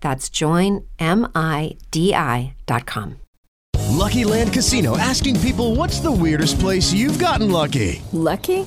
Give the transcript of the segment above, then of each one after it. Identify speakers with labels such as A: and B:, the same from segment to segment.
A: That's joinmidi.com.
B: Lucky Land Casino asking people what's the weirdest place you've gotten lucky?
C: Lucky?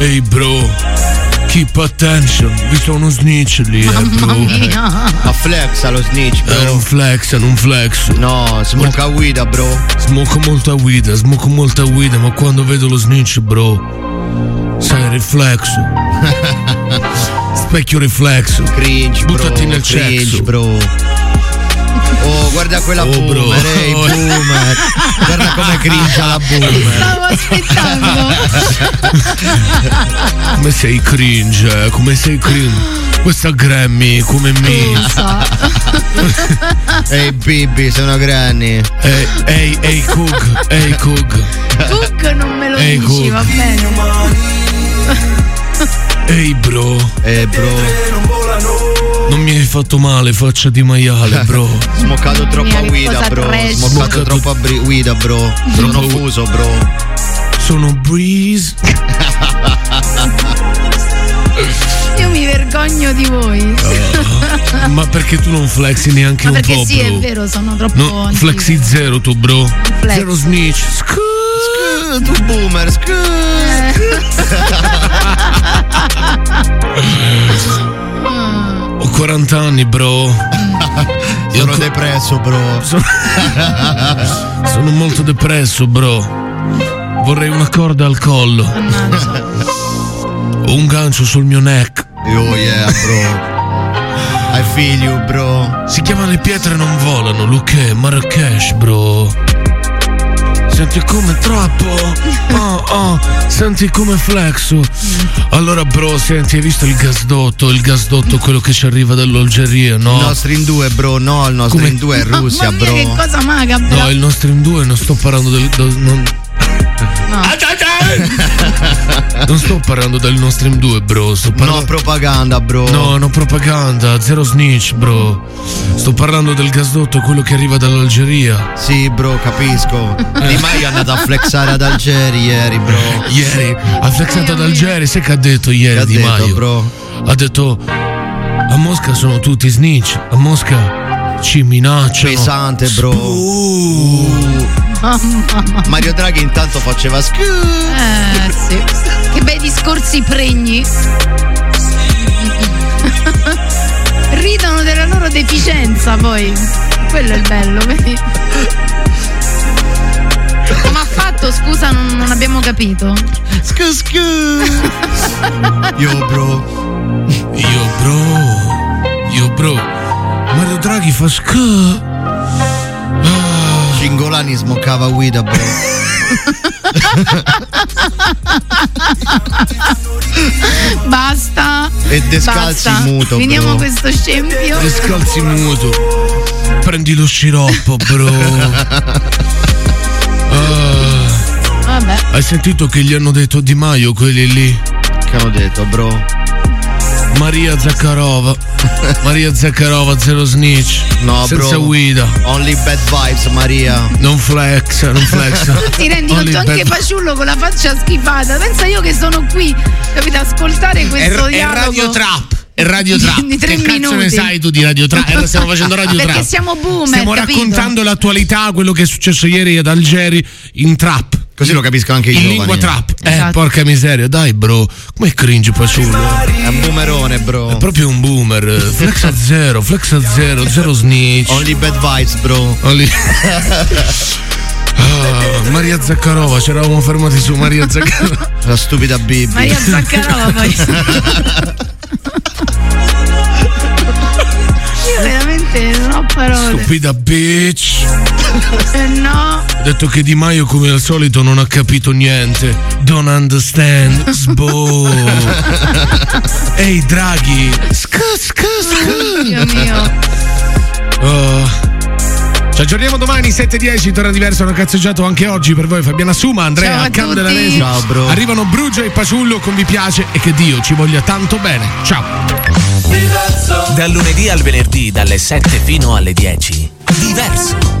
D: ehi bro, keep attention, vi sono snitch lì, eh, bro.
E: Ma flexa lo snitch,
D: Eh,
E: bro.
D: non flex, non flex.
E: No, smoca guida, bro.
D: Smoco molta guida, smoco molta guida, ma quando vedo lo snitch, bro, sai, riflesso. Specchio riflesso.
E: Cringe, bro.
D: Buttati nel
E: cringe,
D: cesso.
E: bro. Oh, guarda quella
D: Oh, bro.
E: boomer, ehi,
D: Oh.
E: boomer. Guarda come cringe la boomer.
F: Stavo aspettando.
D: Come sei cringe, eh, come sei cringe. Questa Grammy, come mi. eh.
E: Ehi, bibbi, sono granny.
D: Ehi, Eh, ehi, ehi, Cook, ehi, Cook.
F: Cook non me lo
D: Ehi,
F: dici,
D: Cook.
F: va bene.
D: Ehi, bro.
E: Eh, bro.
D: Non mi hai fatto male, faccia di maiale, bro.
E: Smocato troppa
F: che
E: guida,
F: cosa
E: bro.
F: trash.
E: Smocato
D: Smocato-
E: troppa bri- guida, bro. Sono fuso, bro.
D: Sono Breeze.
F: Io mi vergogno di voi.
D: Ma perché Eh, tu non flexi neanche
F: Ma
D: un
F: perché
D: po',
F: sì,
D: bro?
F: è vero, sono troppo
D: No,
F: antico.
D: flexi zero tu, bro.
F: Flex.
D: Zero snitch. Sc-
E: Scu- Tu boomer, scu-
D: Ho 40 anni, bro. Io
E: Sono
D: co-
E: depresso, bro.
D: sono... sono molto depresso, bro. Vorrei una corda al collo. Un gancio sul mio neck.
E: Oh yeah, bro. I feel you, bro.
D: Si chiama Le pietre non volano, Luque, Marrakesh, bro. Senti come troppo, oh oh, senti come flexo. Allora, bro, senti, hai visto il gasdotto? Il gasdotto, quello che ci arriva dall'Algeria, no?
E: Il nostro in due, bro. No, il nostro
D: Come-
E: in due è Russia,
F: Mamma mia,
E: bro.
F: che cosa macabra.
D: No, il nostro in due, non sto parlando del. del- non... eh. non sto parlando del nostro in due, bro. Sto parlando.
E: No, propaganda, bro.
D: No, no propaganda, zero snitch, bro. Sto parlando del gasdotto, quello che arriva dall'Algeria.
E: Sì, bro, capisco. Di Maio è andato a flexare ad Algeri ieri, bro.
D: Ieri ha flexato ad Algeri, sai che ha detto ieri
E: Eh, Che ha
D: Di
E: detto,
D: Maio?
E: bro?
D: Ha detto a Mosca sono tutti snitch, a Mosca ci minacciano.
E: Pesante, bro. Mario Draghi intanto faceva scu.
F: Eh, sì. Che bei discorsi pregni. Ridono della loro deficienza poi. Quello è il bello, vedi? Come ha fatto? Scusa, non, non abbiamo capito.
E: Scu, scu. Io, bro.
D: Io bro, io bro. Mario Draghi fa sc. Ah,
E: Cingolani smoccava guida, bro.
F: Basta.
E: E descalzi
F: Basta.
E: muto,
F: Finiamo
E: bro.
F: questo scempio.
D: Descalzi muto. Prendi lo sciroppo, bro. Ah,
F: Vabbè.
D: hai sentito che gli hanno detto a Di Maio quelli lì?
E: Che hanno detto, bro?
D: Maria Zaccarova. Maria Zaccarova, zero snitch.
G: No,
D: Senza
G: bro.
D: guida.
G: Only bad vibes, Maria.
D: Non flex, non flex.
F: Ti rendi
D: Only
F: conto anche
D: bad-
F: Paciullo con la faccia schifata? Pensa io che sono qui, capito, ad ascoltare questo dialogo.
D: Trap. È Radio Trap.
F: Di
D: Che
F: tre
D: cazzo ne
F: minuti.
D: sai tu di Radio Trap? Eh, stiamo facendo Radio
F: Perché
D: Trap.
F: siamo boomer,
D: Stiamo
F: capito?
D: raccontando l'attualità, quello che è successo ieri ad Algeri in Trap.
G: Così lo capisco anche io.
D: In lingua trap. Eh,
F: Esatto.
D: porca miseria, dai, bro. Com'è cringe Paciullo?
G: È un boomerone, bro.
D: È proprio un boomer. Flex a zero, flex a zero, zero snitch.
G: Only bad vibes, bro.
D: Oli- Oh, Ah, Maria Zaccarova, ci eravamo fermati su Maria Zaccarova.
G: La stupida Bibi.
F: Maria Zaccarova poi. Io veramente non ho parole.
D: Stupida bitch.
F: Eh, no,
D: Ho detto che Di Maio, come al solito, non ha capito niente. Don't understand. Sbo. Ehi, Draghi. Sca, sca, sca.
F: Dio mio.
D: Oh. Ci aggiorniamo domani 7.10, torna diverso, hanno cazzeggiato anche oggi per voi Fabiana Suma,
F: Ciao
D: Andrea
F: a
D: Candelaresi.
F: tutti.
G: Ciao, bro.
D: Arrivano Brugio e Paciullo con Vi piace e che Dio ci voglia tanto bene. Ciao.
H: Dal lunedì al venerdì, dalle 7 fino alle 10. Diverso.